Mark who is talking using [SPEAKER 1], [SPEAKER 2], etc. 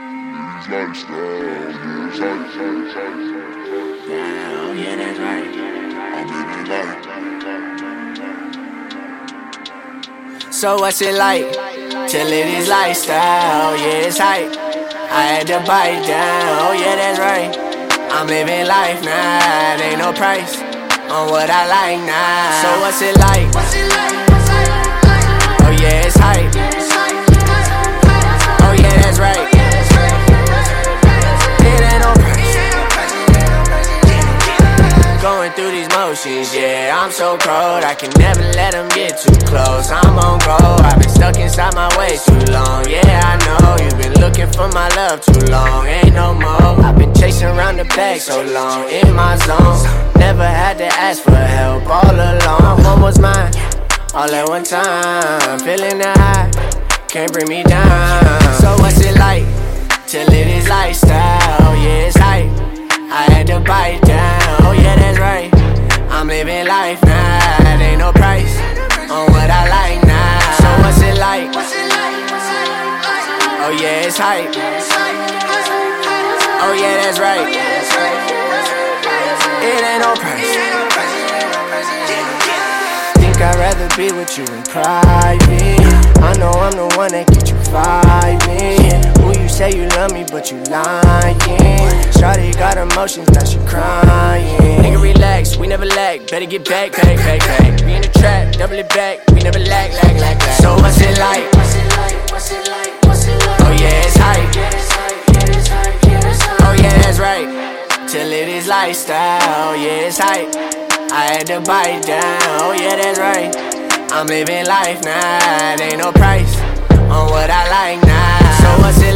[SPEAKER 1] this lifestyle, this lifestyle. Well, Oh, yeah, that's right. I'm in the light.
[SPEAKER 2] So what's it like? Till it is lifestyle, yeah, it's hype. I had to bite down, oh yeah, that's right. I'm living life now, it ain't no price on what I like now. So what's it like? What's it like? What's it like? Oh yeah, it's hype. Oh yeah, that's right. It ain't no price. Going through these motions, yeah, I'm so cold. I can never let them get too close. I'm on go. I've been stuck inside my way too long. Yeah, I know you've been looking for my love too long. Ain't no more. I've been chasing around the bag so long. In my zone. Never had to ask for help all along. One was mine, all at one time. Feeling the high, can't bring me down. So what's it like? Till it is lifestyle, yeah, it's hype. I had to bite down, oh yeah, that's right. I'm living life now, it ain't no price on what I like now. So what's it like? Oh yeah, it's hype. Oh yeah, that's right. It ain't no price. Think I'd rather be with you in private. I know I'm the one that get you vibing. Who you say you love me, but you lying. Shawty got emotions, now she crying. Nigga, relax, we never lack. Better get back, back, back, back. We in the trap, double it back. We never lack, lack, lack, lack. So what's it like? What's it like? What's it like? What's it like? Oh yeah, it's hype. Oh yeah, that's right till it is lifestyle. Yeah, it's hype. I had to bite down. Oh yeah, that's right. I'm living life now. It ain't no price on what I like Oh, now. So what's it? Oh,